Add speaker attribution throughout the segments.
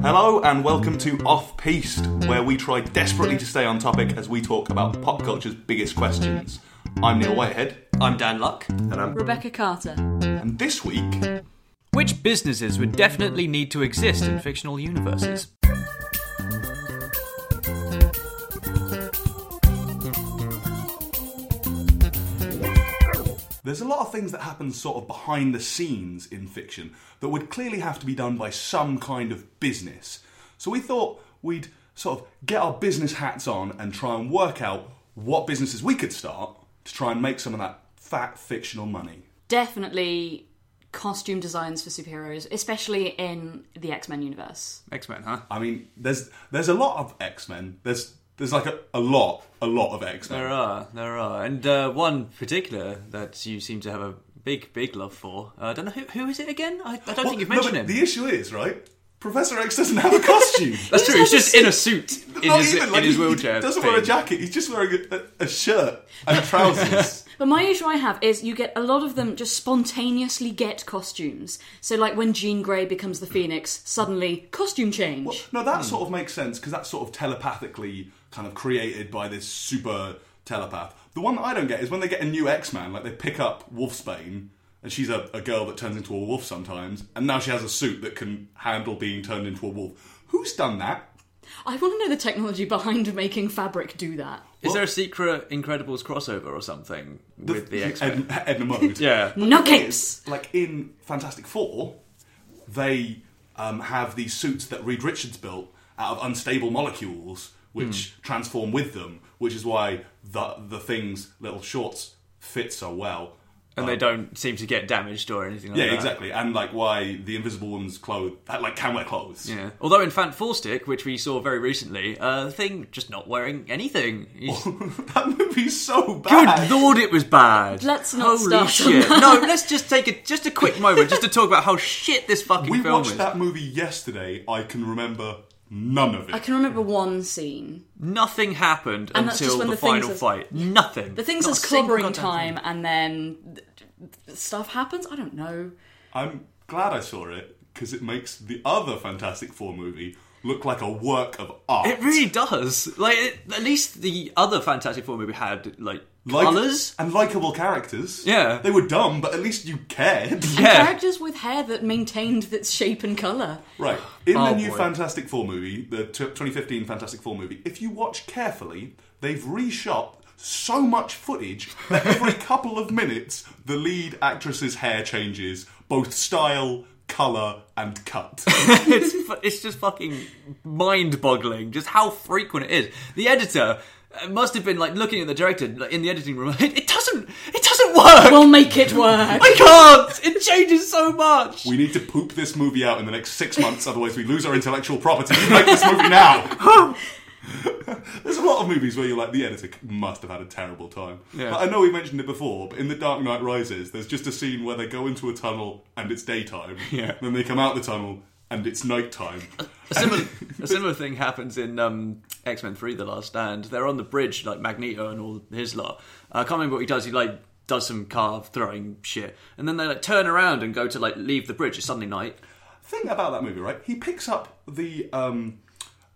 Speaker 1: Hello and welcome to Off Piste, where we try desperately to stay on topic as we talk about pop culture's biggest questions. I'm Neil Whitehead,
Speaker 2: I'm Dan Luck.
Speaker 3: Rebecca Carter.
Speaker 1: and this week
Speaker 2: Which businesses would definitely need to exist in fictional universes?
Speaker 1: There's a lot of things that happen sort of behind the scenes in fiction that would clearly have to be done by some kind of business. So we thought we'd sort of get our business hats on and try and work out what businesses we could start to try and make some of that fat fictional money.
Speaker 3: Definitely costume designs for superheroes, especially in the X Men universe.
Speaker 2: X Men, huh?
Speaker 1: I mean, there's there's a lot of X-Men. There's there's like a, a lot, a lot of X-Men.
Speaker 2: There are, there are, and uh, one particular that you seem to have a big, big love for. Uh, I don't know who, who is it again. I, I don't think you've
Speaker 1: No,
Speaker 2: mentioned
Speaker 1: but
Speaker 2: him.
Speaker 1: The issue is, right? Professor X doesn't have a costume.
Speaker 2: That's true. He's just in a suit in
Speaker 1: Not
Speaker 2: his,
Speaker 1: even, like,
Speaker 2: in his
Speaker 1: he- he
Speaker 2: wheelchair.
Speaker 1: doesn't wear a
Speaker 2: thing.
Speaker 1: jacket. He's just wearing a, a, a shirt and trousers.
Speaker 3: But my issue I have is you get a lot of them just spontaneously get costumes. So, like when Jean Grey becomes the Phoenix, suddenly costume change.
Speaker 1: No, that sort of makes sense because that's sort of telepathically kind of created by this super telepath. The one that I don't get is when they get a new X Man, like they pick up Wolfsbane, and she's a, a girl that turns into a wolf sometimes, and now she has a suit that can handle being turned into a wolf. Who's done that?
Speaker 3: I want to know the technology behind making fabric do that.
Speaker 2: Is there a secret Incredibles crossover or something with the X Men?
Speaker 1: Ed, Edna Mode.
Speaker 2: Yeah.
Speaker 3: No capes!
Speaker 1: Like in Fantastic Four, they um, have these suits that Reed Richards built out of unstable molecules, which
Speaker 2: Hmm.
Speaker 1: transform with them, which is why the the things little shorts fit so well.
Speaker 2: And they don't seem to get damaged or anything like
Speaker 1: Yeah,
Speaker 2: that.
Speaker 1: exactly, and like why the Invisible Woman's clothes like can wear clothes.
Speaker 2: Yeah. Although in Fant Four Stick, which we saw very recently, uh, the thing just not wearing anything. He's-
Speaker 1: that movie's so bad.
Speaker 2: Good lord, it was bad.
Speaker 3: Let's not
Speaker 2: Holy
Speaker 3: start on
Speaker 2: shit. No, let's just take a just a quick moment just to talk about how shit this fucking
Speaker 1: we
Speaker 2: film
Speaker 1: watched
Speaker 2: is.
Speaker 1: that movie yesterday. I can remember none of it.
Speaker 3: I can remember one scene.
Speaker 2: Nothing happened
Speaker 3: And that's
Speaker 2: until
Speaker 3: just when
Speaker 2: the,
Speaker 3: the thing
Speaker 2: final
Speaker 3: says-
Speaker 2: fight. Nothing.
Speaker 3: The thing
Speaker 2: Not
Speaker 3: says
Speaker 2: a single
Speaker 3: clobbering
Speaker 2: goddamn
Speaker 3: time,
Speaker 2: thing.
Speaker 3: and then th- th- stuff happens. I don't know.
Speaker 1: I'm glad I saw it because it makes the other Fantastic Four movie look like a work of art.
Speaker 2: It really does. Like it, at least the other Fantastic Four movie had like,
Speaker 1: Like-
Speaker 2: colors.
Speaker 1: and likable characters.
Speaker 2: Yeah.
Speaker 1: they were dumb, but at least you cared.
Speaker 2: Yeah.
Speaker 3: Characters with hair that maintained its shape and colour.
Speaker 1: right in
Speaker 2: Oh,
Speaker 1: the new
Speaker 2: boy.
Speaker 1: Fantastic Four movie, the t- 2015 Fantastic Four movie. If you watch carefully, they've reshot so much footage that every couple of minutes the lead actress's hair changes, both style, color, and cut.
Speaker 2: it's fu- it's just fucking mind-boggling just how frequent it is. The editor uh, must have been like looking at the director like, in the editing room. It, it doesn't. It doesn't work.
Speaker 3: We'll make it work.
Speaker 2: I can't. It changes so much.
Speaker 1: We need to poop this movie out in the next six months, otherwise we lose our intellectual property. Make this movie now. There's a lot of movies where you're like, the editor must have had a terrible time.
Speaker 2: Yeah.
Speaker 1: But I know we mentioned it before, but in The Dark Knight Rises, there's just a scene where they go into a tunnel and it's daytime.
Speaker 2: Yeah.
Speaker 1: Then they come out the tunnel and it's nighttime.
Speaker 2: A similar, a similar thing happens in um, X Men Three: The Last Stand. They're on the bridge, like Magneto and all his lot. Uh, I can't remember what he does. He like does some car throwing shit, and then they like turn around and go to like leave the bridge. It's Sunday night.
Speaker 1: Thing about that movie, right? He picks up the um,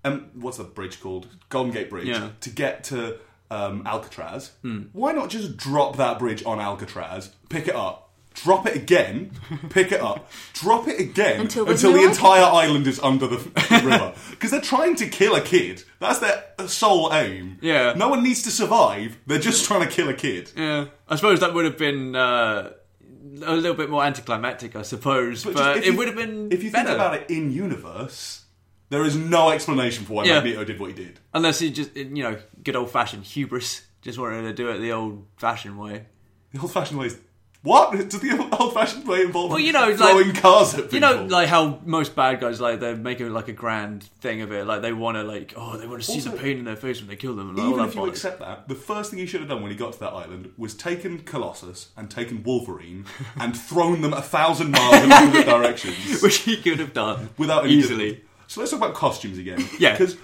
Speaker 1: um what's the bridge called? Golden Gate Bridge
Speaker 2: Yeah. Hmm.
Speaker 1: to get to um, Alcatraz. Why not just drop that bridge on Alcatraz, pick it up, drop it again, pick it up, drop it again
Speaker 3: Until
Speaker 1: until,
Speaker 3: there's
Speaker 1: the
Speaker 3: no
Speaker 1: entire island is under the the river because they're trying to kill a kid. That's their uh, sole aim.
Speaker 2: Yeah.
Speaker 1: No one needs to survive. They're just trying to kill a kid.
Speaker 2: Yeah, I suppose that would have been uh, a little bit more anticlimactic, I suppose, but,
Speaker 1: just if
Speaker 2: it
Speaker 1: you-
Speaker 2: would have been
Speaker 1: If you
Speaker 2: better.
Speaker 1: think about it in universe, there is no explanation for why
Speaker 2: Yeah.
Speaker 1: Magneto did what he did.
Speaker 2: Unless he just, you know, good old fashioned hubris, just wanted to do it the old fashioned way.
Speaker 1: The old fashioned way is. What? Does the old fashioned way involve
Speaker 2: Well, you know, like-
Speaker 1: throwing cars at people?
Speaker 2: You know, like how most bad guys like they make it like a grand thing of it, like they want to like oh they want to see the
Speaker 1: Also-
Speaker 2: pain in their face when they kill them. and all
Speaker 1: even
Speaker 2: that
Speaker 1: if you
Speaker 2: bollocks.
Speaker 1: accept that, the first thing he should have done when he got to that island was taken Colossus and taken Wolverine and thrown them a thousand miles in opposite directions
Speaker 2: which he could have done
Speaker 1: without any
Speaker 2: easily.
Speaker 1: difficulty. So let's talk about costumes again.
Speaker 2: Yeah.
Speaker 1: Because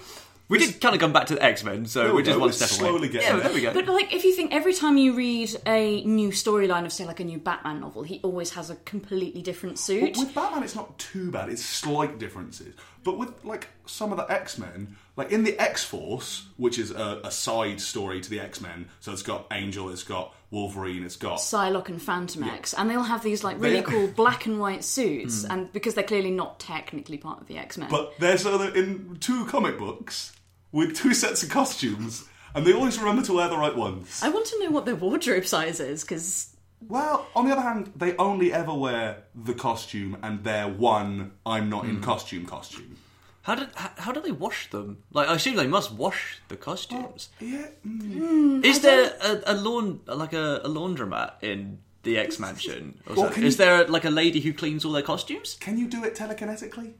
Speaker 2: We did kind of come back to the X Men, so
Speaker 1: There
Speaker 2: we're
Speaker 1: we
Speaker 2: just
Speaker 1: go,
Speaker 2: one
Speaker 1: it's
Speaker 2: step
Speaker 1: slowly
Speaker 2: away.
Speaker 1: getting
Speaker 2: yeah,
Speaker 1: there.
Speaker 2: there we go.
Speaker 3: But like, if you think every time you read a new storyline of, say, like a new Batman novel, he always has a completely different suit.
Speaker 1: With Batman, it's not too bad. It's slight differences, but with like some of the X Men, like in the X Force, which is a, a side story to the X Men, so it's got Angel, it's got Wolverine, it's got
Speaker 3: Psylocke and Phantom X, and they all have these like really
Speaker 1: They-
Speaker 3: cool black and white
Speaker 2: Hmm.
Speaker 3: suits, and because they're clearly not technically part of the X Men.
Speaker 1: But there's other in two comic books with two sets of costumes, and they always remember to wear the right ones.
Speaker 3: I want to know what their wardrobe size is because
Speaker 1: Well, on the other hand, they only ever wear the costume and their one "I'm not in costume" costume.
Speaker 2: How did how, how do they wash them? Like, I assume they must wash the costumes.
Speaker 1: Yeah,
Speaker 3: Mm,
Speaker 2: Is there a, a lawn like a, a laundromat in the X Mansion?
Speaker 1: Well,
Speaker 2: Or something?
Speaker 1: can
Speaker 2: Is
Speaker 1: you-
Speaker 2: there like a lady who cleans all their costumes?
Speaker 1: can you do it telekinetically?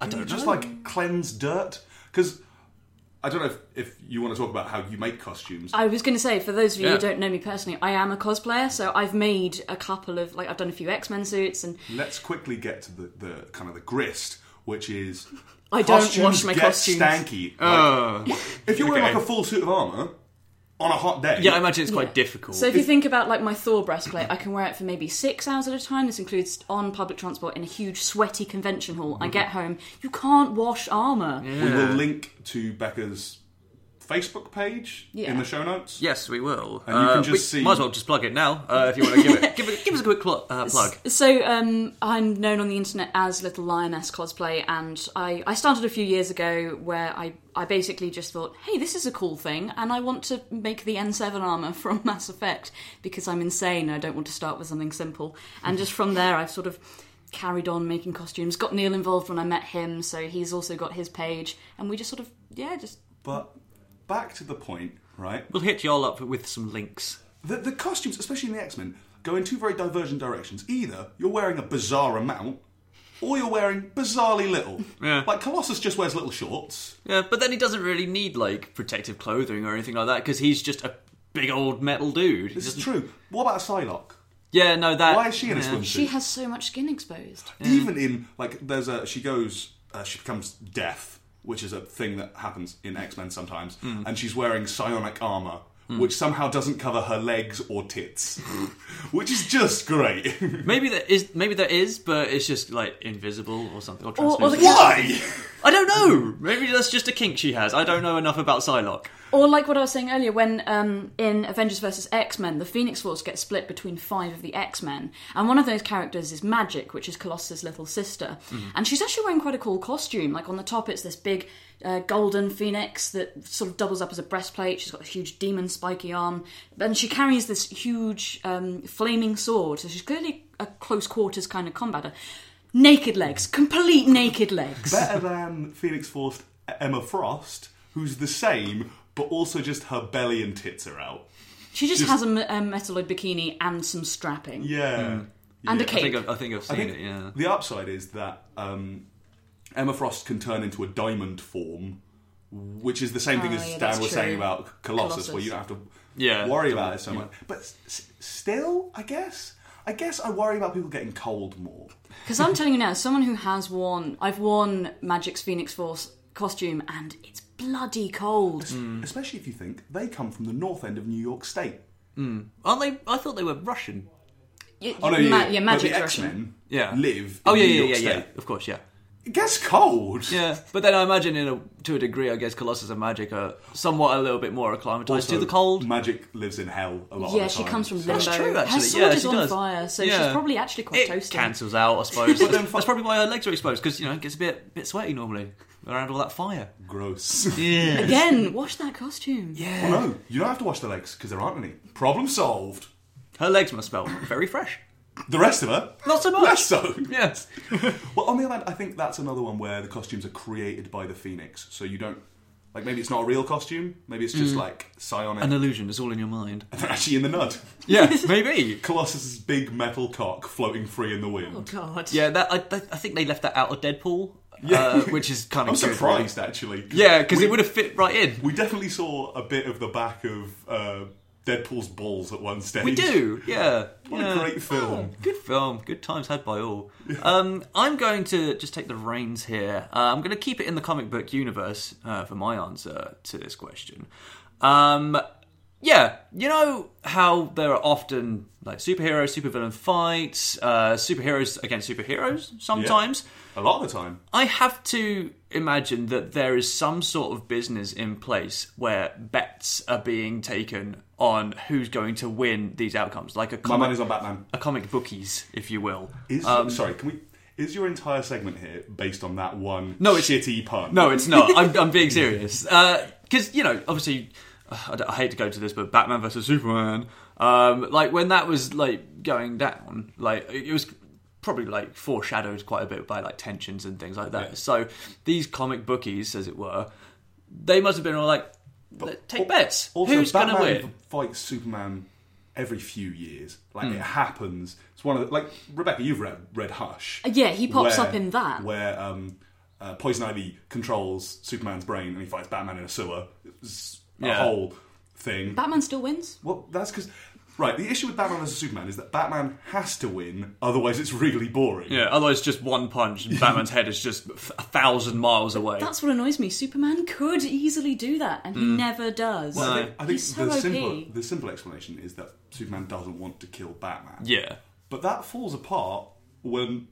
Speaker 2: I
Speaker 1: Can you
Speaker 2: don't
Speaker 1: just
Speaker 2: know.
Speaker 1: like cleanse dirt? Because I don't know if, if you want to talk about how you make costumes.
Speaker 3: I was going to say for those of you
Speaker 2: Yeah.
Speaker 3: who don't know me personally, I am a cosplayer, so I've made a couple of like I've done a few X Men suits, and
Speaker 2: Mm.
Speaker 1: Let's quickly get to the, the kind of the grist, which is
Speaker 3: I don't
Speaker 1: costumes
Speaker 3: wash my
Speaker 1: get
Speaker 3: costumes.
Speaker 1: Stanky. Like, if you're wearing
Speaker 2: okay.
Speaker 1: like a full suit of armor on a hot day,
Speaker 2: Yeah, I imagine it's
Speaker 3: Yeah.
Speaker 2: quite difficult.
Speaker 3: So if you think about like my Thor breastplate, I can wear it for maybe six hours at a time. This includes on public transport in a huge sweaty convention hall. I get home, you can't wash armor.
Speaker 1: we will link to Becca's Facebook page
Speaker 3: Yeah.
Speaker 1: in the show notes.
Speaker 2: Yes, we will.
Speaker 1: And you can
Speaker 2: Uh,
Speaker 1: just
Speaker 2: we
Speaker 1: see-
Speaker 2: Might as well just plug it now uh, if you want to give it. give, it- give us a quick cl- uh, plug.
Speaker 3: So um, I'm known on the internet as Little Lioness Cosplay, and I, I started a few years ago where I, I basically just thought, hey, this is a cool thing, and I want to make the N7 armor from Mass Effect because I'm insane. I don't want to start with something simple, and just from there, I've sort of carried on making costumes. Got Neil involved when I met him, so he's also got his page, and we just sort of yeah, just
Speaker 1: But back to the point, right?
Speaker 2: We'll hit y'all up with some links.
Speaker 1: The, the costumes, especially in the X Men, go in two very divergent directions. Either you're wearing a bizarre amount, or you're wearing bizarrely little.
Speaker 2: Yeah.
Speaker 1: Like Colossus just wears little shorts.
Speaker 2: Yeah, but then he doesn't really need like protective clothing or anything like that because he's just a big old metal dude. He
Speaker 1: This is
Speaker 2: doesn't-
Speaker 1: true. What about Psylocke?
Speaker 2: Yeah, no, that.
Speaker 1: Why is she in a
Speaker 2: yeah.
Speaker 1: swimsuit?
Speaker 3: she has so much skin exposed.
Speaker 1: Even in like, there's a she goes, uh, she becomes deaf, which is a thing that happens in X Men sometimes, and she's wearing psionic armor. Which somehow doesn't cover her legs or tits, which is just great.
Speaker 2: Maybe there is. Maybe there is, but it's just like invisible or something. Or,
Speaker 3: Or- or the-
Speaker 2: translucent.
Speaker 1: Why?
Speaker 2: I don't know. Maybe that's just a kink she has. I don't know enough about Psylocke.
Speaker 3: Or like what I was saying earlier, when um, in Avengers vs X Men, the Phoenix Force gets split between five of the X Men, and one of those characters is Magic, which is Colossus' little sister,
Speaker 2: Mm-hmm.
Speaker 3: and she's actually wearing quite a cool costume. Like on the top, it's this big uh, golden phoenix that sort of doubles up as a breastplate. She's got a huge demon spiky arm, and she carries this huge um, flaming sword. So she's clearly a close quarters kind of combatter. Naked legs, complete naked legs.
Speaker 1: better than Phoenix Force Emma Frost, who's the same, but also just her belly and tits are out.
Speaker 3: She just, has a, me- a metalloid bikini and some strapping.
Speaker 1: Yeah.
Speaker 3: And
Speaker 1: Yeah.
Speaker 3: a
Speaker 2: I
Speaker 3: cape.
Speaker 2: think I've, I think I've seen it. Yeah.
Speaker 1: The upside is that um, Emma Frost can turn into a diamond form, which is the same thing
Speaker 3: Oh,
Speaker 1: as
Speaker 3: yeah,
Speaker 1: Dan
Speaker 3: that's
Speaker 1: was
Speaker 3: true.
Speaker 1: saying about Colossus,
Speaker 3: Colossus.
Speaker 1: where you don't have to
Speaker 2: Yeah.
Speaker 1: worry about it so much. But s- still, I guess, I guess I worry about people getting cold more.
Speaker 3: Because I'm telling you now, as someone who has worn, I've worn Magic's Phoenix Force costume, and it's bloody cold.
Speaker 1: Mm.
Speaker 2: Mm.
Speaker 1: Especially if you think they come from the north end of New York State.
Speaker 2: Aren't they? I thought they were Russian.
Speaker 3: You-
Speaker 1: Oh no,
Speaker 3: you- ma-
Speaker 1: yeah,
Speaker 3: yeah,
Speaker 1: but
Speaker 3: Magic's
Speaker 1: the
Speaker 3: Russian.
Speaker 1: X-Men
Speaker 2: Yeah.
Speaker 1: live.
Speaker 2: Oh
Speaker 1: in
Speaker 2: yeah,
Speaker 1: New
Speaker 2: yeah,
Speaker 1: York
Speaker 2: yeah,
Speaker 1: State.
Speaker 2: yeah. Of course, yeah.
Speaker 1: It gets cold.
Speaker 2: Yeah, but then I imagine in a, to a degree, I guess Colossus and Magic are somewhat a little bit more acclimatized to
Speaker 1: Also,
Speaker 2: the cold.
Speaker 1: Magic lives in hell a lot.
Speaker 3: Yeah,
Speaker 1: of the
Speaker 3: she
Speaker 1: time,
Speaker 3: comes from
Speaker 1: so-
Speaker 3: limbo.
Speaker 2: That's true,
Speaker 3: Her
Speaker 2: actually.
Speaker 3: sword
Speaker 2: Yeah,
Speaker 3: is
Speaker 2: she
Speaker 3: on
Speaker 2: does.
Speaker 3: fire, so she's
Speaker 2: Yeah.
Speaker 3: probably actually quite
Speaker 2: It
Speaker 3: toasty.
Speaker 2: cancels out, I suppose.
Speaker 1: then
Speaker 2: that's,
Speaker 1: fu-
Speaker 2: that's probably why her legs are exposed because you know it gets a bit bit sweaty normally around all that fire.
Speaker 1: Gross.
Speaker 2: Yeah.
Speaker 3: Again, wash that costume.
Speaker 1: Oh, no, you don't have to wash the legs because there aren't any. Problem solved.
Speaker 2: Her legs must smell very fresh.
Speaker 1: The rest of her,
Speaker 2: Not so much.
Speaker 1: less so.
Speaker 2: Yes.
Speaker 1: Well, on the other hand, I think that's another one where the costumes are created by the Phoenix, so you don't like. Maybe it's not a real costume. Maybe it's
Speaker 2: Mm.
Speaker 1: just like psionic.
Speaker 2: An illusion is all in your mind.
Speaker 1: They're actually in the nud.
Speaker 2: Yeah, maybe.
Speaker 1: Colossus's big metal cock floating free in the wind.
Speaker 3: Oh god.
Speaker 2: Yeah, that I, I think they left that out of Deadpool, uh, which is kind of
Speaker 1: I'm surprised actually.
Speaker 2: Yeah, because it would have fit right in.
Speaker 1: we definitely saw a bit of the back of uh, Deadpool's balls at one stage.
Speaker 2: We do, yeah.
Speaker 1: What a
Speaker 2: yeah.
Speaker 1: great film.
Speaker 2: Yeah, good film. Good times had by all. Um, I'm going to just take the reins here. Uh, I'm going to keep it in the comic book universe uh, for my answer to this question. Um, yeah, you know how there are often like superhero, supervillain fights, uh, superheroes against superheroes sometimes.
Speaker 1: A lot of the time.
Speaker 2: I have to imagine that there is some sort of business in place where bets are being taken on who's going to win these outcomes, like a
Speaker 1: My
Speaker 2: comic,
Speaker 1: money's on Batman.
Speaker 2: a comic bookies, if you will.
Speaker 1: Is
Speaker 2: Um,
Speaker 1: sorry, can we? Is your entire segment here based on that one?
Speaker 2: No, it's-
Speaker 1: shitty pun.
Speaker 2: No, it's not. I'm, I'm being serious. Because, you know, obviously, I, don't- I hate to go to this, but Batman versus Superman, um, like when that was like going down, like it was probably like foreshadowed quite a bit by like tensions and things like that. So these comic bookies, as it were, they must have been all like, "Let- take bets.
Speaker 1: Also,
Speaker 2: Who's going to
Speaker 1: Batman
Speaker 2: win? Hmm.
Speaker 1: fights Superman every few years. Like it happens. It's one of the, like Rebecca. You've read Red Hush.
Speaker 3: Uh, Yeah, he pops up in that.
Speaker 1: where um, uh, Poison Ivy controls Superman's brain and he fights Batman in a sewer. It's a
Speaker 2: Yeah.
Speaker 1: whole thing.
Speaker 3: Batman still wins.
Speaker 1: well, that's because right. The issue with Batman vs Superman is that Batman has to win, otherwise it's really boring.
Speaker 2: Yeah, otherwise just one punch and Batman's head is just f- a thousand miles away.
Speaker 3: That's what annoys me. Superman could easily do that, and he never does.
Speaker 1: Hmm. I think, I think
Speaker 3: He's so
Speaker 1: the
Speaker 3: OP.
Speaker 1: simple the simple explanation is that Superman doesn't want to kill Batman.
Speaker 2: yeah.
Speaker 1: But that falls apart when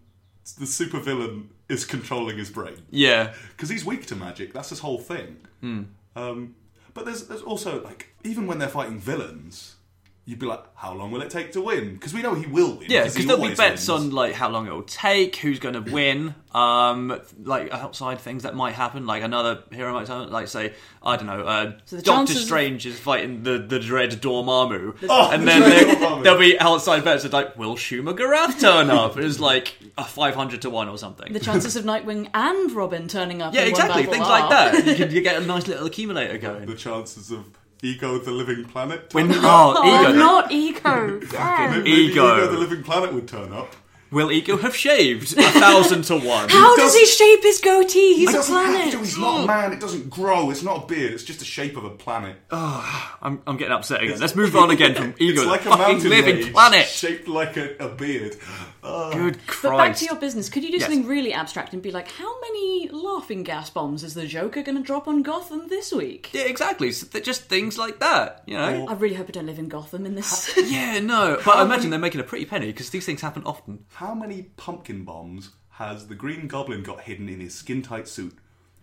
Speaker 1: the supervillain is controlling his brain
Speaker 2: Yeah.
Speaker 1: because he's weak to magic. That's his whole thing.
Speaker 2: Hmm.
Speaker 1: Um, but there's there's also like even when they're fighting villains, you'd be like, how long will it take to win? Because we know he will win.
Speaker 2: Yeah,
Speaker 1: he
Speaker 2: because there'll be
Speaker 1: always
Speaker 2: bets
Speaker 1: wins.
Speaker 2: on like how long it'll take, who's going to win, um, like outside things that might happen. Like another hero might happen, like say I don't know, uh,
Speaker 3: So the
Speaker 2: Doctor
Speaker 3: chances-
Speaker 2: Strange is fighting the the dread Dormammu,
Speaker 1: Oh,
Speaker 2: and
Speaker 1: the
Speaker 2: then
Speaker 1: dread
Speaker 2: there-
Speaker 1: Dormammu.
Speaker 2: there'll be outside bets of like will Shuma Garath turn up? It's like a five hundred to one or something.
Speaker 3: The chances of Nightwing and Robin turning up.
Speaker 2: yeah,
Speaker 3: in
Speaker 2: exactly.
Speaker 3: One battle
Speaker 2: Things
Speaker 3: are-
Speaker 2: like that. You, can, you get a nice little accumulator
Speaker 1: the
Speaker 2: going.
Speaker 1: chances of ego the living planet.
Speaker 2: When,
Speaker 1: turning up.
Speaker 2: oh,
Speaker 3: Oh,
Speaker 2: ego.
Speaker 3: not ego. Damn.
Speaker 1: Maybe
Speaker 2: Ego.
Speaker 1: ego the living planet would turn up.
Speaker 2: Will ego have shaved a thousand to one?
Speaker 1: He
Speaker 3: How does
Speaker 1: doesn't-
Speaker 3: he shape his goatee? He's a
Speaker 1: doesn't have to.
Speaker 3: planet. Oh.
Speaker 1: He's not a man. It doesn't grow. It's not a beard. It's just the shape of a planet.
Speaker 2: I'm, I'm getting upset again. Uh, Let's move on again from ego.
Speaker 1: it's
Speaker 2: the
Speaker 1: like a
Speaker 2: fucking
Speaker 1: mountain
Speaker 2: living
Speaker 1: range
Speaker 2: planet.
Speaker 1: shaped like a, a beard. Uh,
Speaker 2: Good Christ.
Speaker 3: But back to your business. Could you do
Speaker 2: Yes.
Speaker 3: something really abstract and be like, how many laughing gas bombs is the Joker going to drop on Gotham this week?
Speaker 2: Yeah, exactly. So th- just things like that, you know.
Speaker 3: I really hope I don't live in Gotham in this.
Speaker 2: yeah, no. But I imagine they're making a pretty penny because these things happen often.
Speaker 1: How many pumpkin bombs has the Green Goblin got hidden in his skin tight suit?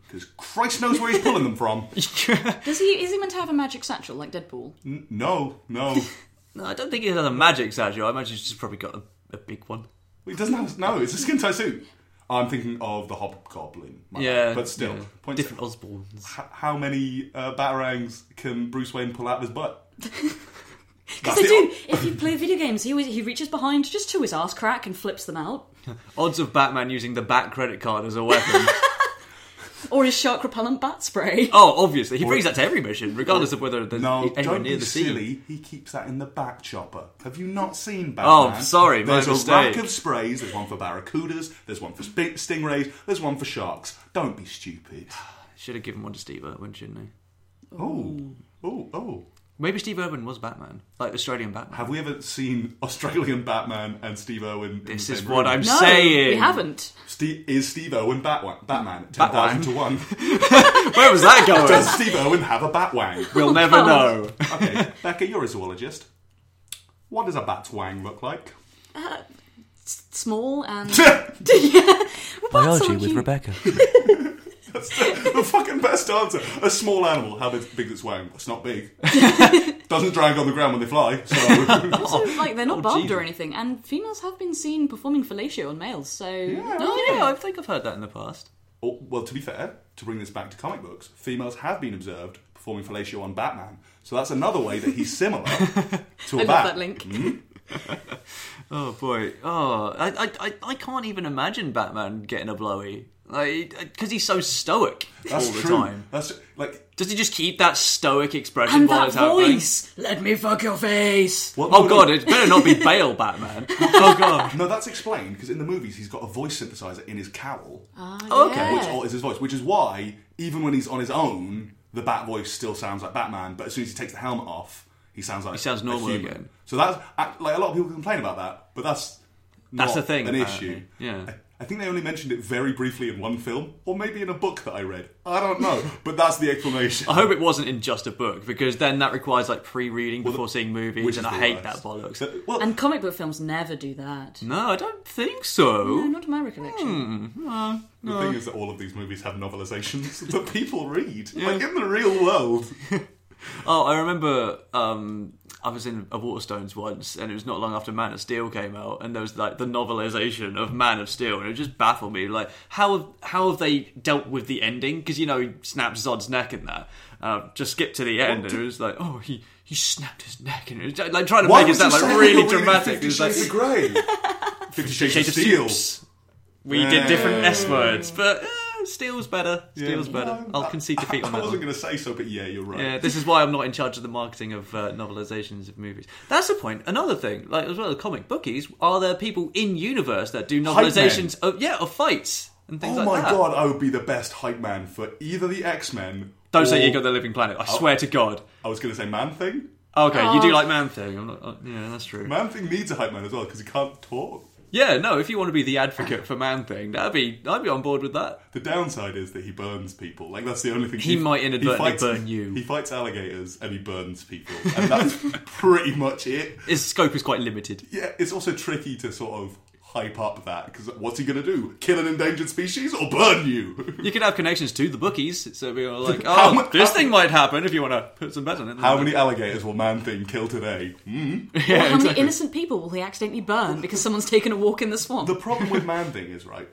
Speaker 1: Because Christ knows where he's pulling them from.
Speaker 3: Does he? Is he meant to have a magic satchel like Deadpool?
Speaker 1: N- no, no.
Speaker 2: No, I don't think it has a magic Sergio. I imagine he's just probably got a, a big one.
Speaker 1: He doesn't have. No, it's a skin tight suit. I'm thinking of the Hobgoblin. my
Speaker 2: Yeah,
Speaker 1: bad. But still,
Speaker 2: yeah.
Speaker 1: point
Speaker 2: Different Osborns.
Speaker 1: h- how many uh, batarangs can Bruce Wayne pull out of his butt?
Speaker 3: Because they do. If you play video games, he always, he reaches behind just to his ass crack and flips them out,
Speaker 2: Odds of Batman using the Bat credit card as a weapon.
Speaker 3: or his shark repellent bat spray.
Speaker 2: oh, obviously he brings that to every mission, regardless of whether there's
Speaker 1: No,
Speaker 2: anyone
Speaker 1: don't
Speaker 2: near
Speaker 1: be
Speaker 2: the scene.
Speaker 1: silly. He keeps that in the back chopper. Have you not seen
Speaker 2: Oh,
Speaker 1: Batman?
Speaker 2: sorry, my
Speaker 1: There's a
Speaker 2: mistake.
Speaker 1: rack of sprays. There's one for barracudas. There's one for sti- stingrays. There's one for sharks. Don't be stupid.
Speaker 2: Should have given one to Steve Irwin, shouldn't he?
Speaker 1: Oh, oh, oh.
Speaker 2: Maybe Steve Irwin was Batman, like Australian Batman.
Speaker 1: Have we ever seen Australian Batman and Steve Irwin? in
Speaker 2: This
Speaker 1: the
Speaker 2: is
Speaker 1: same
Speaker 2: what
Speaker 1: room?
Speaker 2: I'm
Speaker 3: no,
Speaker 2: saying.
Speaker 3: we haven't.
Speaker 1: Steve, is Steve Irwin Batman? Batman, ten thousand to one.
Speaker 2: Where was that going?
Speaker 1: Does Steve Irwin have a batwang?
Speaker 2: we'll never know.
Speaker 1: Okay, Becca, you're a zoologist. What does a batwang look like?
Speaker 3: Small and Well, bats
Speaker 2: Biology
Speaker 3: aren't
Speaker 2: with
Speaker 3: huge.
Speaker 2: Rebecca.
Speaker 1: the fucking best answer. A small animal. How big big is its wang? It's not big. Doesn't drag on the ground when they fly. So
Speaker 3: Also, like they're not
Speaker 1: oh,
Speaker 3: barbed
Speaker 2: Jesus.
Speaker 3: or anything, and females have been seen performing fellatio on males. So
Speaker 2: Oh yeah, I think I've heard that in the past.
Speaker 1: Oh, well, to be fair, to bring this back to comic books, females have been observed performing fellatio on Batman. So that's another way that he's similar to a
Speaker 3: I
Speaker 1: bat.
Speaker 3: love that link.
Speaker 2: Oh boy. Oh, I, I, I, I can't even imagine Batman getting a blowy. Like, because he's so stoic
Speaker 1: That's
Speaker 2: all the
Speaker 1: true.
Speaker 2: time.
Speaker 1: That's like
Speaker 2: Does he just keep that stoic expression
Speaker 3: And
Speaker 2: while
Speaker 3: that
Speaker 2: it's happening?
Speaker 3: voice. Let me fuck your face.
Speaker 1: well,
Speaker 2: Oh
Speaker 1: no,
Speaker 2: god,
Speaker 1: No,
Speaker 2: it better not be Bale Batman. Oh god.
Speaker 1: no, that's explained because in the movies he's got a voice synthesizer in his cowl,
Speaker 3: Ah,
Speaker 2: Okay.
Speaker 1: which
Speaker 3: yeah.
Speaker 1: alters his voice, which is why even when he's on his own, the bat voice still sounds like Batman. But as soon as he takes the helmet off, he sounds like he
Speaker 2: sounds normal
Speaker 1: a human.
Speaker 2: again.
Speaker 1: So that's act- like a lot of people complain about that, but that's
Speaker 2: That's
Speaker 1: not
Speaker 2: the thing,
Speaker 1: an
Speaker 2: apparently.
Speaker 1: issue.
Speaker 2: Yeah.
Speaker 1: I, I think they only mentioned it very briefly in one film, or maybe in a book that I read. I don't know, but that's the explanation.
Speaker 2: I hope it wasn't in just a book because then that requires like pre-reading before seeing movies,
Speaker 1: Which
Speaker 2: and
Speaker 1: is
Speaker 2: I
Speaker 1: the
Speaker 2: hate
Speaker 1: worst.
Speaker 2: that bollocks.
Speaker 1: So- well,
Speaker 3: And comic book films never do that.
Speaker 2: No, I don't think so.
Speaker 3: No, not to my recollection.
Speaker 1: Hmm, the thing is that all of these movies have novelizations that people read, like in the real world.
Speaker 2: Oh, I remember um, I was in a Waterstones once, and it was not long after Man of Steel came out, and there was like the novelization of Man of Steel, and it just baffled me. Like, how how have they dealt with the ending? Because you know, he snaps Zod's neck in that. Uh, just skip to the end, and it was like, oh, he he snapped his neck, and it was like trying to make it
Speaker 1: was
Speaker 2: sound
Speaker 1: he
Speaker 2: like
Speaker 1: saying
Speaker 2: really
Speaker 1: you're reading
Speaker 2: dramatic. It
Speaker 1: Fifty
Speaker 2: was like
Speaker 1: Shades of Grey, Fifty Shades of
Speaker 2: Shades of
Speaker 1: Steel.
Speaker 2: Stoops. We did different S words, but eh, Steel's better. Steel's
Speaker 1: Yeah.
Speaker 2: better. I'll concede defeat
Speaker 1: I,
Speaker 2: on that.
Speaker 1: I
Speaker 2: one.
Speaker 1: wasn't going to say so, but yeah, you're right.
Speaker 2: Yeah, Uh, this is why I'm not in charge of the marketing of uh, novelizations of movies. That's the point. Another thing, like as well as comic bookies, are there people in universe that do
Speaker 1: Hype
Speaker 2: novelizations of yeah of fights and things
Speaker 1: Oh
Speaker 2: like
Speaker 1: my
Speaker 2: that?
Speaker 1: god, I would be the best hype man for either the X Men.
Speaker 2: Don't say Ego the Living Planet.
Speaker 1: Oh.
Speaker 2: I swear to God.
Speaker 1: I was going to say Man Thing.
Speaker 2: Okay, you do
Speaker 3: Oh.
Speaker 2: like Man Thing. I'm not. Uh, yeah, that's true.
Speaker 1: Man Thing needs a hype man as well because he can't talk.
Speaker 2: yeah, no. If you want to be the advocate for Man Thing, that'd be I'd be on board with that.
Speaker 1: The downside is that he burns people. Like that's the only thing.
Speaker 2: He might inadvertently burn you.
Speaker 1: He fights alligators and he burns people, and that's pretty much it.
Speaker 2: His scope is quite limited.
Speaker 1: Yeah, it's also tricky to sort of hype up that because what's he going to do? Kill an endangered species or burn you?
Speaker 2: You could have connections to the bookies, so we were like,
Speaker 1: How
Speaker 2: oh,
Speaker 1: mu-
Speaker 2: this
Speaker 1: how-
Speaker 2: thing might happen if you want to put some bet on it.
Speaker 1: How many alligators will Man Thing kill today? Hmm?
Speaker 3: Or how many innocent people will he accidentally burn because someone's taken a walk in the swamp?
Speaker 1: The problem with Man Thing is right.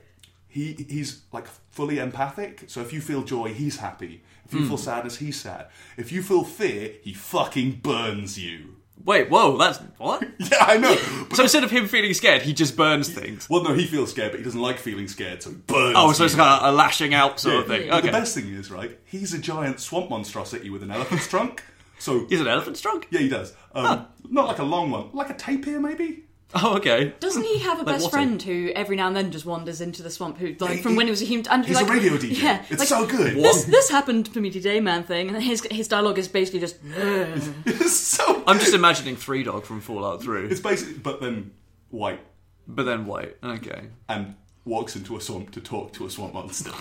Speaker 1: He he's like fully empathic. So if you feel joy, he's happy. If
Speaker 2: Hmm.
Speaker 1: you feel sadness, he's sad. If you feel fear, he fucking burns you.
Speaker 2: Wait, whoa, that's what?
Speaker 1: Yeah, I know. But,
Speaker 2: So instead of him feeling scared, he just burns things.
Speaker 1: well, no, he feels scared, but he doesn't like feeling scared, so he burns.
Speaker 2: Oh, so it's
Speaker 1: you.
Speaker 2: kind of a lashing out sort of thing.
Speaker 3: Yeah.
Speaker 1: But
Speaker 2: Okay.
Speaker 1: the best thing is right. He's a giant swamp monstrosity with an elephant's trunk. So
Speaker 2: He's an elephant strong.
Speaker 1: yeah, he does. Um, Not like a long one, like a tapir maybe.
Speaker 2: Oh, okay.
Speaker 3: Doesn't he have a best
Speaker 2: what a-
Speaker 3: friend who every now and then just wanders into the swamp? Who like
Speaker 1: He-
Speaker 3: from when
Speaker 1: he-
Speaker 3: he was a human, and
Speaker 1: He's
Speaker 3: like,
Speaker 1: a radio DJ.
Speaker 3: Yeah,
Speaker 1: it's
Speaker 3: like,
Speaker 1: so good.
Speaker 3: This this happened to me today, man. Thing, and his his dialogue is basically just.
Speaker 1: It's so.
Speaker 2: I'm just
Speaker 1: good.
Speaker 2: imagining Three Dog from Fallout 3,
Speaker 1: It's basically, but then white
Speaker 2: but then white. Okay.
Speaker 1: and walks into a swamp to talk to a swamp monster.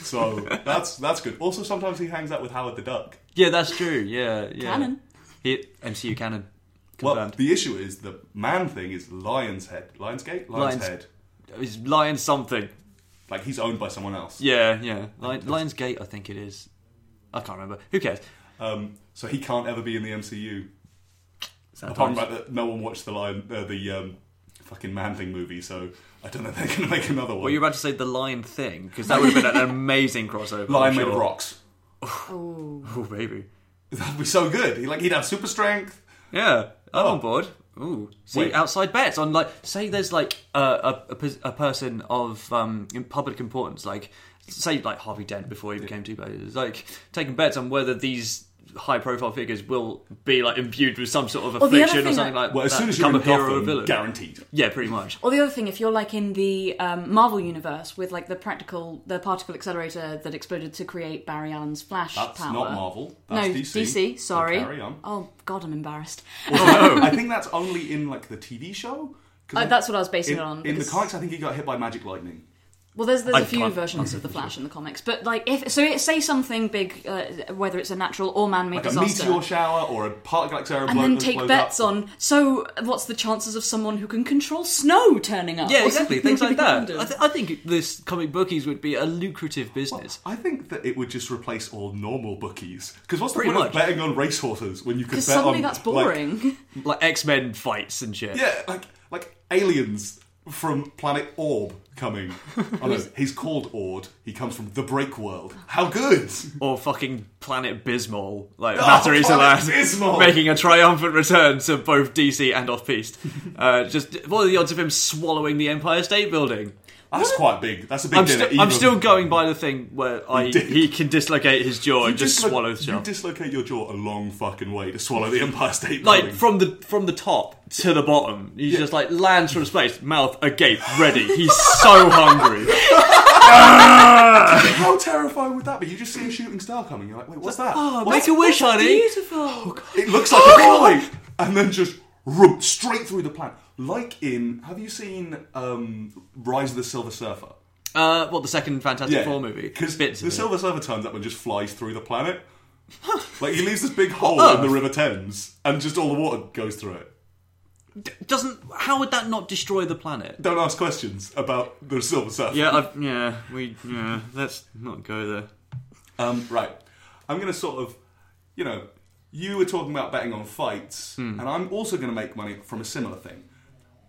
Speaker 1: so that's that's good. Also, sometimes he hangs out with Howard the Duck.
Speaker 2: Yeah, that's true. Yeah, yeah.
Speaker 3: Canon.
Speaker 2: He, MCU canon.
Speaker 1: Well,
Speaker 2: Confirmed.
Speaker 1: the issue is the man thing is Lion's Head, Lion's Gate, Lion's,
Speaker 2: Lion's-
Speaker 1: Head.
Speaker 2: He's lion something.
Speaker 1: Like he's owned by someone else.
Speaker 2: Yeah, yeah. Lion, Lion's Gate, I think it is. I can't remember. Who cares?
Speaker 1: Um, so he can't ever be in the MCU. Apart from
Speaker 2: Sometimes.
Speaker 1: the fact that no one watched the Lion, uh, the um, fucking man thing movie, so I don't know if they're going to make another one.
Speaker 2: Well, you're about to say the lion thing because that would have been an amazing crossover.
Speaker 1: Lion
Speaker 2: I'm
Speaker 1: made of
Speaker 2: sure.
Speaker 1: rocks.
Speaker 2: Oh, baby.
Speaker 1: That'd be so good. He, like he'd have super strength.
Speaker 2: Yeah, I'm on board. Ooh, see
Speaker 1: Oh. Wait.
Speaker 2: outside bets on like say there's like a a, a pers- a person of um in public importance, like say like Harvey Dent before he became too bad, it was like taking bets on whether these high profile figures will be like imbued with some sort of
Speaker 3: Well, the other
Speaker 2: affliction or
Speaker 3: thing
Speaker 2: something
Speaker 3: that-
Speaker 2: like
Speaker 1: Well, as
Speaker 2: that,
Speaker 1: soon as you're
Speaker 2: become
Speaker 1: in
Speaker 2: a hero or
Speaker 1: Gotham,
Speaker 2: a villain.
Speaker 1: guaranteed.
Speaker 2: yeah, pretty much.
Speaker 3: Or the other thing, if you're like in the um, Marvel universe with like the practical, the particle accelerator that exploded to create Barry Allen's Flash
Speaker 1: That's
Speaker 3: power.
Speaker 1: not Marvel. That's
Speaker 3: no,
Speaker 1: DC.
Speaker 3: DC. Sorry.
Speaker 1: So carry on.
Speaker 3: Oh God, I'm embarrassed.
Speaker 1: Although, I think that's only in like the TV show. 'Cause
Speaker 3: Uh,
Speaker 1: I-
Speaker 3: that's what I was basing
Speaker 1: in,
Speaker 3: it on.
Speaker 1: In the
Speaker 3: because-
Speaker 1: comics, I think he got hit by magic lightning.
Speaker 3: Well, there's, there's
Speaker 2: I
Speaker 3: a few
Speaker 2: can't-
Speaker 3: versions of the Flash in the comics, but like if so, it, say something big, uh, whether it's a natural or man-made
Speaker 1: Like
Speaker 3: disaster,
Speaker 1: a meteor shower or a particle accelerator.
Speaker 3: and
Speaker 1: blow-
Speaker 3: then
Speaker 1: that
Speaker 3: take
Speaker 1: uh, blows
Speaker 3: bets
Speaker 1: up.
Speaker 3: on. So, what's the chances of someone who can control snow turning up?
Speaker 2: Yeah,
Speaker 3: Or
Speaker 2: exactly. Things
Speaker 3: something
Speaker 2: like that.
Speaker 3: random.
Speaker 2: I, th- I think this comic bookies would be a lucrative business.
Speaker 1: I think that it would just replace all normal bookies. Because what's the
Speaker 2: Pretty
Speaker 1: point of
Speaker 2: much.
Speaker 1: betting on racehorses when you can bet
Speaker 3: 'Cause suddenly
Speaker 1: on,
Speaker 3: that's
Speaker 1: like-
Speaker 3: boring.
Speaker 2: Like X Men fights and shit.
Speaker 1: yeah, like like aliens from planet Orb coming. oh no, he's called Ord. He comes from the Break World. How good!
Speaker 2: or fucking Planet Bismol, like
Speaker 1: Oh,
Speaker 2: Matter Eater
Speaker 1: Planet
Speaker 2: Land,
Speaker 1: Bismol!
Speaker 2: making a triumphant return to both DC and Off Piste. uh, just what are the odds of him swallowing the Empire State Building?
Speaker 1: That's quite big. That's a big
Speaker 2: I'm,
Speaker 1: deal.
Speaker 2: sti- I'm still going by the thing where I,
Speaker 1: did.
Speaker 2: he can dislocate his jaw and just swallow the
Speaker 1: You
Speaker 2: shell.
Speaker 1: dislocate your jaw a long fucking way to swallow the Empire State
Speaker 2: Like
Speaker 1: Building.
Speaker 2: from the from the top to the bottom, he just like lands from space, mouth agape, ready. He's so hungry.
Speaker 1: How terrifying would that be? You just see a shooting star coming. You're like, wait, what's that?
Speaker 2: Oh,
Speaker 1: What's-
Speaker 2: make a wish, honey.
Speaker 3: Beautiful.
Speaker 1: Oh, It looks like a pie, and then just root straight through the plant, like in. Have you seen um, Rise of the Silver Surfer?
Speaker 2: Uh, what the second Fantastic Four movie?
Speaker 1: Because
Speaker 2: bits
Speaker 1: the
Speaker 2: of it.
Speaker 1: Silver Surfer turns up and just flies through the planet. like he leaves this big hole in the River Thames, and just all the water goes through it.
Speaker 2: doesn't. How would that not destroy the planet?
Speaker 1: Don't ask questions about the Silver Surfer.
Speaker 2: Yeah, I've, yeah, we yeah. Let's not go there.
Speaker 1: Um, right. I'm going to sort of, you know, you were talking about betting on fights,
Speaker 2: Hmm.
Speaker 1: and I'm also going to make money from a similar thing.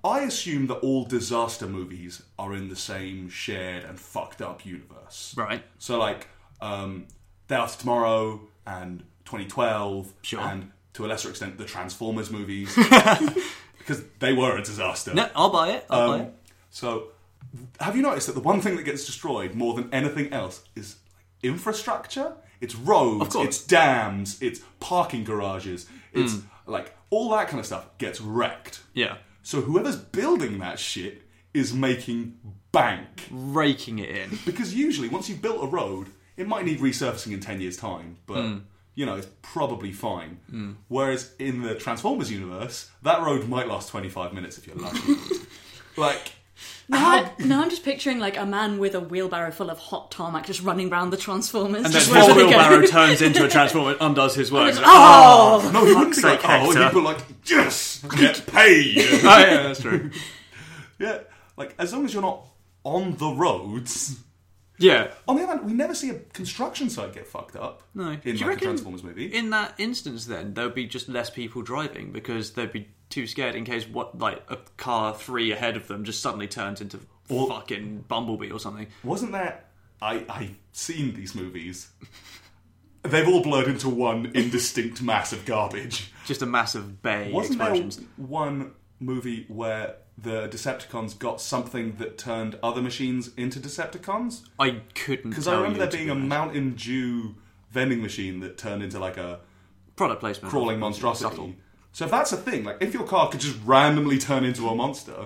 Speaker 1: I assume that all disaster movies are in the same shared and fucked up universe.
Speaker 2: Right.
Speaker 1: So, like, um, Day After Tomorrow and 2012,
Speaker 2: Sure.
Speaker 1: and to a lesser extent, the Transformers movies, because they were a disaster.
Speaker 2: No, I'll buy it. I'll buy
Speaker 1: Um,
Speaker 2: it.
Speaker 1: so, have you noticed that the one thing that gets destroyed more than anything else is like, infrastructure? It's roads,
Speaker 2: course.
Speaker 1: it's dams, it's parking garages, it's like all that kind of stuff gets wrecked.
Speaker 2: Hmm. Yeah,
Speaker 1: So, whoever's building that shit is making bank.
Speaker 2: raking it in.
Speaker 1: Because usually, once you've built a road, it might need resurfacing in 10 years' time, but
Speaker 2: Hmm.
Speaker 1: you know, it's probably fine. Whereas in the Transformers universe, that road might last 25 minutes if you're lucky. like,
Speaker 3: Now, I, now I'm just picturing like a man with a wheelbarrow full of hot tarmac just running round the Transformers.
Speaker 2: And then
Speaker 3: just
Speaker 2: his
Speaker 3: wherever they go.
Speaker 2: wheelbarrow turns into a transformer, and undoes his work.
Speaker 3: Oh,
Speaker 1: No, you wouldn't be like,
Speaker 2: sake,
Speaker 1: oh,
Speaker 2: Hector.
Speaker 1: you'd be like, yes, get paid.
Speaker 2: oh yeah, that's true.
Speaker 1: yeah, like, as long as you're not on the roads.
Speaker 2: Yeah,
Speaker 1: On the other hand, we never see a construction site get fucked up.
Speaker 2: No. Do
Speaker 1: In
Speaker 2: you
Speaker 1: like, a
Speaker 2: reckon-
Speaker 1: Transformers movie.
Speaker 2: in that instance, then there'd be just less people driving because they'd be too scared in case what like a car three ahead of them just suddenly turns into fucking bumblebee or something.
Speaker 1: Wasn't there. I, I've seen these movies. They've all blurred into one indistinct mass of garbage.
Speaker 2: Just a massive bay
Speaker 1: Wasn't
Speaker 2: explosions.
Speaker 1: there one movie where the Decepticons got something that turned other machines into Decepticons?
Speaker 2: I couldn't
Speaker 1: Because
Speaker 2: tell
Speaker 1: I remember
Speaker 2: you,
Speaker 1: there
Speaker 2: to
Speaker 1: being
Speaker 2: be
Speaker 1: a
Speaker 2: honest.
Speaker 1: Mountain Dew vending machine that turned into like a
Speaker 2: product placement
Speaker 1: crawling monstrosity.
Speaker 2: Subtle.
Speaker 1: So if that's a thing, like if your car could just randomly turn into a monster,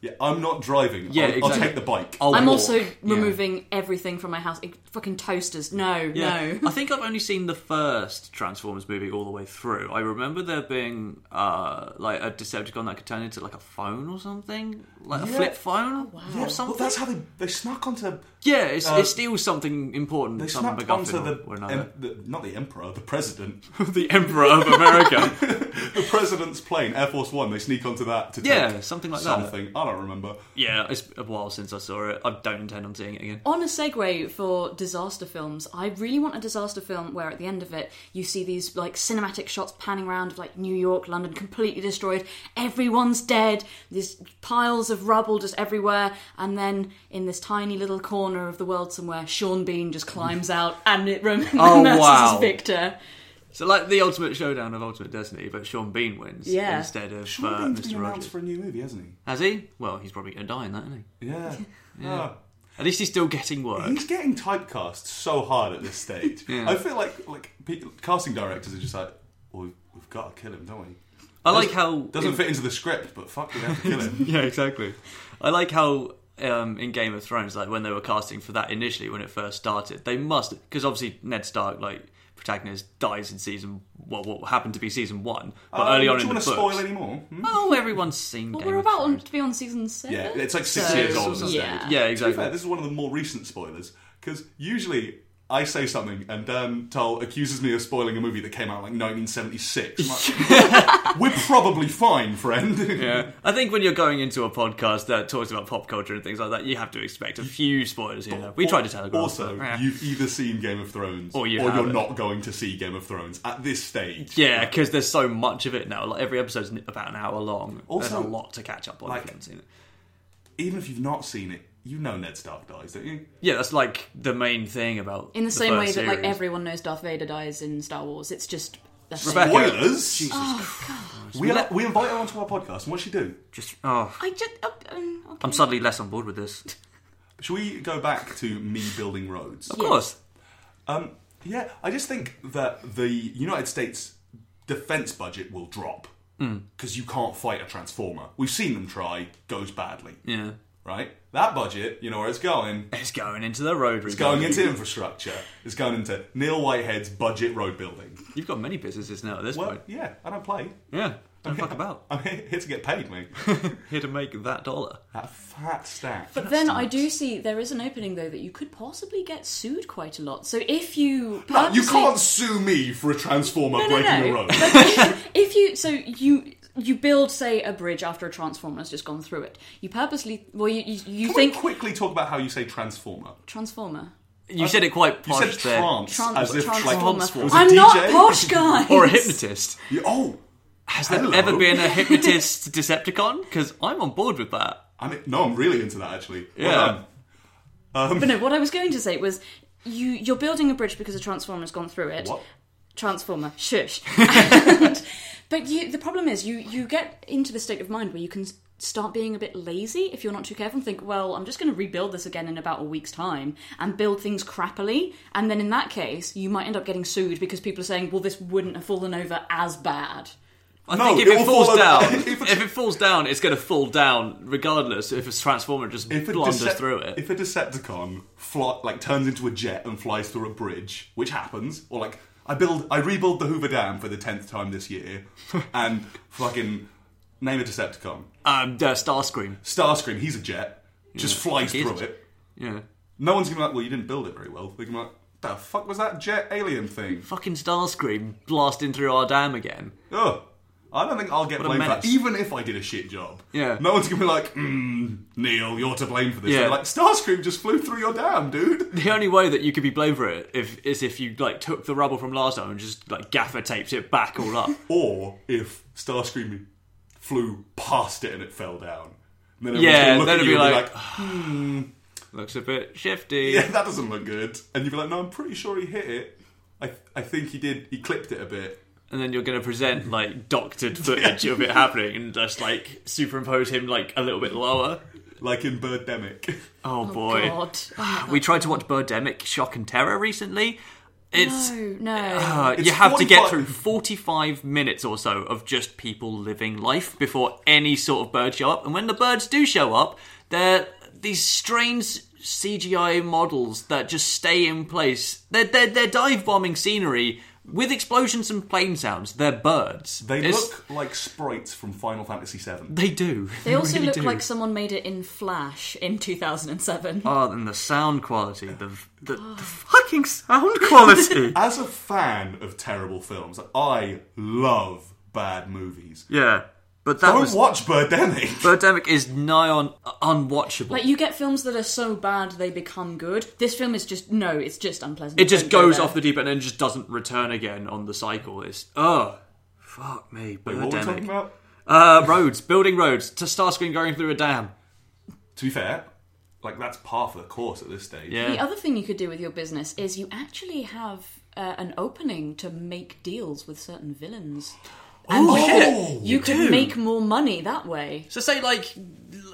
Speaker 1: yeah, I'm not driving.
Speaker 2: Hmm. Yeah,
Speaker 1: I'll, I'll
Speaker 2: exactly.
Speaker 1: take the bike.
Speaker 2: I'll
Speaker 3: I'm
Speaker 2: walk.
Speaker 3: also
Speaker 2: Oh. Yeah.
Speaker 3: removing everything from my house. Like, Fucking toasters. No,
Speaker 2: Yeah.
Speaker 3: no.
Speaker 2: I think I've only seen the first Transformers movie all the way through. I remember there being uh, like a Decepticon that could turn into like a phone or something, like a
Speaker 1: Yeah.
Speaker 2: flip phone
Speaker 1: Yeah,
Speaker 2: or
Speaker 1: Well,
Speaker 2: something.
Speaker 1: that's how they they snuck onto
Speaker 2: yeah, it's,
Speaker 1: uh,
Speaker 2: it steals something important.
Speaker 1: they
Speaker 2: some
Speaker 1: snuck
Speaker 2: MacGuffin
Speaker 1: onto the,
Speaker 2: or
Speaker 1: em,
Speaker 2: another.
Speaker 1: the not the emperor, the president,
Speaker 2: the Emperor of America.
Speaker 1: the president's plane, Air Force One. They sneak onto that to take
Speaker 2: Yeah, something like that.
Speaker 1: something. I don't remember.
Speaker 2: yeah, it's a while since I saw it. I don't intend on seeing it again.
Speaker 3: On a segue for disaster films, I really want a disaster film where at the end of it you see these like cinematic shots panning around of like New York, London completely destroyed, everyone's dead, these piles of rubble just everywhere, and then in this tiny little corner of the world somewhere, Sean Bean just climbs out and it remembers
Speaker 2: Mm. Oh, wow.
Speaker 3: Victor.
Speaker 2: So like the Ultimate Showdown of Ultimate Destiny, but Sean Bean wins
Speaker 3: Yeah.
Speaker 2: instead of
Speaker 1: Sean
Speaker 2: uh,
Speaker 1: Bean's
Speaker 2: Mr.
Speaker 1: been
Speaker 2: Rogers.
Speaker 1: announced for a new movie, hasn't he?
Speaker 2: Has he? Well, he's probably going to die in that, isn't he?
Speaker 1: Yeah. Ah. yeah.
Speaker 2: At least he's still getting work.
Speaker 1: He's getting typecast so hard at this stage.
Speaker 2: Yeah.
Speaker 1: I feel like like pe- casting directors are just like, well, we've, we've got to kill him, don't we?
Speaker 2: I like how
Speaker 1: Doesn't fit into the script, but fuck, we have to kill him.
Speaker 2: Yeah, exactly. I like how um, in Game of Thrones, like when they were casting for that initially when it first started, they must because obviously Ned Stark, like protagonist, dies in season well, what happened to be season one, but
Speaker 1: Uh,
Speaker 2: early on
Speaker 1: do
Speaker 2: in
Speaker 1: you
Speaker 2: the
Speaker 1: want
Speaker 2: books.
Speaker 1: to spoil any more? Hmm?
Speaker 2: Oh, everyone's seen.
Speaker 3: Well,
Speaker 2: Game
Speaker 3: we're
Speaker 2: of
Speaker 3: about on,
Speaker 2: Thrones.
Speaker 3: to be on season seven.
Speaker 1: Yeah, it's like six
Speaker 3: so-
Speaker 1: years old.
Speaker 2: Something.
Speaker 1: To
Speaker 3: Yeah.
Speaker 2: yeah,
Speaker 1: be fair,
Speaker 2: exactly.
Speaker 1: this is one of the more recent spoilers because usually I say something and Dan Tull accuses me of spoiling a movie that came out like 1976. I'm like, We're probably fine, friend.
Speaker 2: Yeah. I think when you're going into a podcast that talks about pop culture and things like that, you have to expect a few spoilers here. and there. We tried to telegraph.
Speaker 1: Also,
Speaker 2: but, eh.
Speaker 1: you've either seen Game of Thrones
Speaker 2: Or you
Speaker 1: or you're
Speaker 2: haven't.
Speaker 1: not going to see Game of Thrones at this stage.
Speaker 2: Yeah, because there's so much of it now. Like every episode's n- about an hour long.
Speaker 1: Also,
Speaker 2: there's a lot to catch up on
Speaker 1: like-
Speaker 2: if you haven't seen it.
Speaker 1: even if you've not seen it, you know Ned Stark dies, don't you?
Speaker 2: Yeah, that's like the main thing about
Speaker 3: In the, same way
Speaker 2: first
Speaker 3: that like
Speaker 2: series.
Speaker 3: everyone knows Darth Vader dies in Star Wars, it's just that's it.
Speaker 2: Rebecca- Oh,
Speaker 1: Spoilers.
Speaker 2: Jesus
Speaker 1: We, we invite her onto our podcast, and what's she do?
Speaker 2: Just oh,
Speaker 3: I just uh, um, okay.
Speaker 2: I'm suddenly less on board with this.
Speaker 1: Should we go back to me building roads?
Speaker 2: Of course,
Speaker 1: Um, yeah, I just think that the United States defense budget will
Speaker 2: Hmm.
Speaker 1: drop because you can't fight a transformer. We've seen them try; goes badly.
Speaker 2: yeah.
Speaker 1: right? That budget, you know where it's going.
Speaker 2: It's going into the road.
Speaker 1: It's going into infrastructure. It's going into Neil Whitehead's budget road building.
Speaker 2: You've got many businesses now at this
Speaker 1: Well,
Speaker 2: point.
Speaker 1: yeah, I don't play.
Speaker 2: Yeah. Don't fuck about.
Speaker 1: I'm here here to get paid, mate.
Speaker 2: Here to make that dollar.
Speaker 1: That fat stack.
Speaker 3: But then I do see there is an opening though that you could possibly get sued quite a lot. So if you
Speaker 1: No, you
Speaker 3: purposely-
Speaker 1: can't sue me for a transformer
Speaker 3: No, no,
Speaker 1: breaking
Speaker 3: no.
Speaker 1: a road.
Speaker 3: But if- if you so you you build say a bridge after a transformer has just gone through it, you purposely well you you, you
Speaker 1: Can
Speaker 3: think
Speaker 1: we quickly talk about how you say transformer?
Speaker 3: transformer.
Speaker 2: You said it quite
Speaker 1: You
Speaker 2: posh
Speaker 1: said
Speaker 2: there.
Speaker 1: trance,
Speaker 3: Tran-
Speaker 1: as if
Speaker 3: transformer.
Speaker 1: like it was a
Speaker 3: I'm not
Speaker 1: DJ.
Speaker 3: posh, guys.
Speaker 2: Or a hypnotist.
Speaker 1: You- oh,
Speaker 2: Has there
Speaker 1: Hello.
Speaker 2: ever been a hypnotist Decepticon? Because I'm on board with that.
Speaker 1: I mean, no, I'm really into that actually. Well um,
Speaker 2: Yeah.
Speaker 1: done.
Speaker 3: But no, what I was going to say was you you're building a bridge because a transformer has gone through it.
Speaker 1: What?
Speaker 3: Transformer, shush. And- but you, the problem is, you you get into the state of mind where you can s- start being a bit lazy if you're not too careful and think, well, I'm just going to rebuild this again in about a week's time and build things crappily, and then in that case, you might end up getting sued because people are saying, well, this wouldn't have fallen over as bad.
Speaker 2: I
Speaker 1: No,
Speaker 2: think if
Speaker 1: it
Speaker 2: it,
Speaker 1: will
Speaker 2: falls
Speaker 1: fall
Speaker 2: down,
Speaker 1: over-
Speaker 2: if,
Speaker 1: if a-
Speaker 2: it falls down, it's going to fall down regardless. If a transformer just
Speaker 1: If a,
Speaker 2: blunders
Speaker 1: Decep-
Speaker 2: through it,
Speaker 1: if a Decepticon fly, like turns into a jet and flies through a bridge, which happens, or like I build, I rebuild the Hoover Dam for the tenth time this year, and fucking name a Decepticon,
Speaker 2: um, uh, Starscream.
Speaker 1: Starscream, he's a jet, just flies
Speaker 2: he is a
Speaker 1: through
Speaker 2: jet.
Speaker 1: it.
Speaker 2: Yeah,
Speaker 1: No one's gonna be like, well, you didn't build it very well. They're gonna be like, the fuck was that jet alien thing?
Speaker 2: fucking Starscream blasting through our dam again.
Speaker 1: Ugh. I don't think I'll get
Speaker 2: a
Speaker 1: blamed for that,
Speaker 2: menace.
Speaker 1: even if I did a shit job.
Speaker 2: Yeah.
Speaker 1: No one's gonna be like, mm, Neil, you're to blame for this.
Speaker 2: Yeah.
Speaker 1: They're like, Starscream just flew through your dam, dude.
Speaker 2: The only way that you could be blamed for it if, is if you like took the rubble from last time and just like gaffer taped it back all up.
Speaker 1: Or if Starscream flew past it and it fell down. And then everyone's
Speaker 2: yeah,
Speaker 1: gonna look
Speaker 2: then
Speaker 1: at
Speaker 2: it'd
Speaker 1: you
Speaker 2: be
Speaker 1: and
Speaker 2: like, looks a bit shifty.
Speaker 1: yeah, that doesn't look good. And you'd be like, no, I'm pretty sure he hit it. I, I think he did. He clipped it a bit.
Speaker 2: and then you're going to present like doctored footage of it happening and just like superimpose him like a little bit lower.
Speaker 1: Like in Birdemic.
Speaker 2: Oh, boy.
Speaker 3: God,
Speaker 2: We tried to watch Birdemic Shock and Terror recently. It's
Speaker 3: no, no.
Speaker 2: uh,
Speaker 1: It's
Speaker 2: you have to get
Speaker 1: 45
Speaker 2: through 45 minutes or so of just people living life before any sort of birds show up. And when the birds do show up, they're these strange CGI models that just stay in place. They're, they're, they're dive bombing scenery with explosions and plane sounds. They're birds.
Speaker 1: They
Speaker 2: It's-
Speaker 1: look like sprites from Final Fantasy VII.
Speaker 2: They do.
Speaker 3: They also
Speaker 2: really
Speaker 3: look
Speaker 2: do.
Speaker 3: like someone made it in Flash in 2007.
Speaker 2: Oh, and the sound quality, the the,
Speaker 3: Ah.
Speaker 2: the fucking sound quality.
Speaker 1: As a fan of terrible films, I love bad movies.
Speaker 2: yeah, but that
Speaker 1: Don't
Speaker 2: was
Speaker 1: watch Birdemic.
Speaker 2: Birdemic is nigh on unwatchable.
Speaker 3: Like you get films that are so bad they become good. This film is just no, it's just unpleasant.
Speaker 2: it just
Speaker 3: Don't go
Speaker 2: goes
Speaker 3: there.
Speaker 2: off the deep end and just doesn't return again on the cycle. It's oh, fuck me,
Speaker 1: Wait, what were we talking
Speaker 2: Birdemic.
Speaker 1: about?
Speaker 2: Uh, roads, building roads to Starscream going through a dam.
Speaker 1: To be fair, like that's par for the course at this stage.
Speaker 2: Yeah.
Speaker 3: The other thing you could do with your business is you actually have uh, an opening to make deals with certain villains. And
Speaker 2: Oh,
Speaker 3: you
Speaker 2: shit.
Speaker 3: could, you could
Speaker 2: do.
Speaker 3: make more money that way.
Speaker 2: So say like,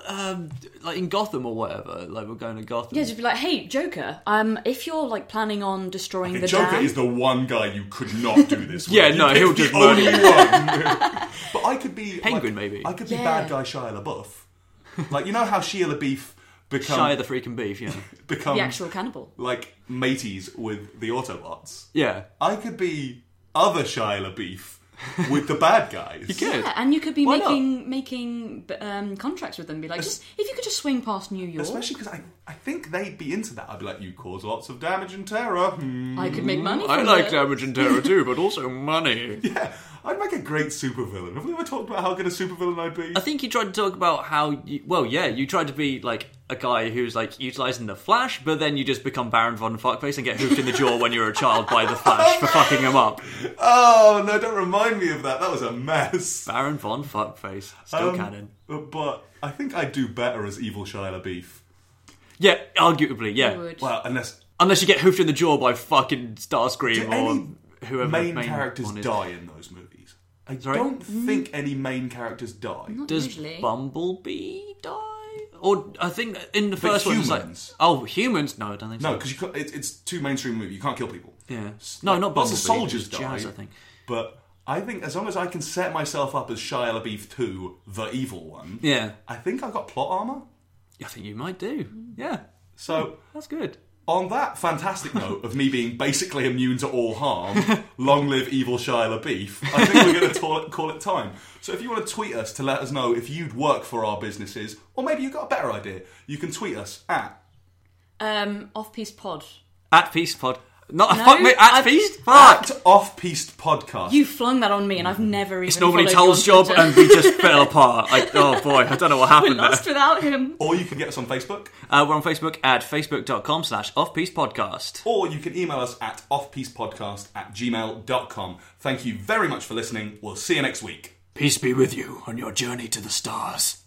Speaker 2: um, like in Gotham or whatever. Like we're going to Gotham.
Speaker 3: Yeah, just be like, hey, Joker, um, if you're like planning on destroying the
Speaker 1: Joker
Speaker 3: dam,
Speaker 1: is the one guy you could not do this with.
Speaker 2: Yeah,
Speaker 1: You
Speaker 2: no,
Speaker 1: picked
Speaker 2: he'll
Speaker 1: the
Speaker 2: just
Speaker 1: only
Speaker 2: murder
Speaker 1: one. but I could be
Speaker 2: Penguin,
Speaker 1: like,
Speaker 2: maybe.
Speaker 1: I could be
Speaker 3: Yeah.
Speaker 1: bad guy Shia LaBeouf. Like you know how Shia LaBeouf become
Speaker 2: Shy of the freaking beef. Yeah,
Speaker 1: becomes
Speaker 3: the actual cannibal.
Speaker 1: like mateys with the Autobots.
Speaker 2: yeah.
Speaker 1: I could be other Shia LaBeouf with the bad guys.
Speaker 2: You could.
Speaker 3: Yeah, and you could be
Speaker 2: Why not?
Speaker 3: making making um, contracts with them. Be like, just if you could just swing past New York,
Speaker 1: Especially because I, I think they'd be into that. I'd be like, you cause lots of damage and terror. Hmm.
Speaker 3: I could make money.
Speaker 2: I
Speaker 3: from
Speaker 2: like uh,
Speaker 3: it.
Speaker 2: damage and terror too, but also money.
Speaker 1: Yeah, I'd make a great supervillain. Have we ever talked about how good a supervillain I'd be?
Speaker 2: I think you tried to talk about how, you, well, yeah, you tried to be like a guy who's like utilizing the Flash, but then you just become Baron von Fuckface and get hoofed in the jaw when you're a child by the Flash for fucking him up.
Speaker 1: Oh no! Don't remind me of that. That was a mess.
Speaker 2: Baron von Fuckface, still
Speaker 1: Um,
Speaker 2: canon.
Speaker 1: But I think I'd do better as evil Shia LaBeouf.
Speaker 2: Yeah, arguably, yeah.
Speaker 3: Would.
Speaker 1: Well, unless
Speaker 2: Unless you get hoofed in the jaw by fucking Starscream
Speaker 1: do
Speaker 2: or
Speaker 1: any
Speaker 2: whoever the
Speaker 1: main, characters
Speaker 2: one is.
Speaker 1: die in those movies. I
Speaker 2: Sorry?
Speaker 1: don't think any main characters die.
Speaker 3: Not
Speaker 2: Does
Speaker 3: usually.
Speaker 2: Bumblebee die? Or I think in the
Speaker 1: But
Speaker 2: first one, it's
Speaker 1: humans.
Speaker 2: like, oh, humans? No, I don't think so.
Speaker 1: No, because it's, it's too mainstream a movie. You can't kill people.
Speaker 2: Yeah.
Speaker 1: S-
Speaker 2: No,
Speaker 1: like,
Speaker 2: not
Speaker 1: lots
Speaker 2: Bumblebee.
Speaker 1: of soldiers
Speaker 2: It's
Speaker 1: die.
Speaker 2: Jazz, I think.
Speaker 1: But I think as long as I can set myself up as Shia LaBeouf two, the evil one,
Speaker 2: Yeah.
Speaker 1: I think I've got plot armor.
Speaker 2: I think you might do.
Speaker 3: Hmm.
Speaker 2: Yeah,
Speaker 1: So,
Speaker 2: that's good.
Speaker 1: on that fantastic note of me being basically immune to all harm, long live evil Shia LaBeef, I think we're going to call it, call it time. So, if you want to tweet us to let us know if you'd work for our businesses, or maybe you've got a better idea, you can tweet us at
Speaker 3: Um, off piece pod.
Speaker 2: At Feast Pod. Not
Speaker 3: No,
Speaker 2: fuck me. At
Speaker 3: I've-
Speaker 2: Feast. Fuck.
Speaker 1: at off pieced podcast.
Speaker 3: You flung that on me, and I've never even.
Speaker 2: It's normally
Speaker 3: followed you
Speaker 2: Toll's
Speaker 3: on
Speaker 2: job,
Speaker 3: Twitter.
Speaker 2: and we just fell apart. I, oh boy, I don't know what
Speaker 3: We're
Speaker 2: happened there.
Speaker 3: lost without him.
Speaker 1: or you can get us on Facebook,
Speaker 2: Uh, we're on Facebook at facebook.com slash offpiece podcast.
Speaker 1: or you can email us at offpiecedpodcast at gmail.com. Thank you very much for listening. We'll see you next week.
Speaker 2: Peace be with you on your journey to the stars.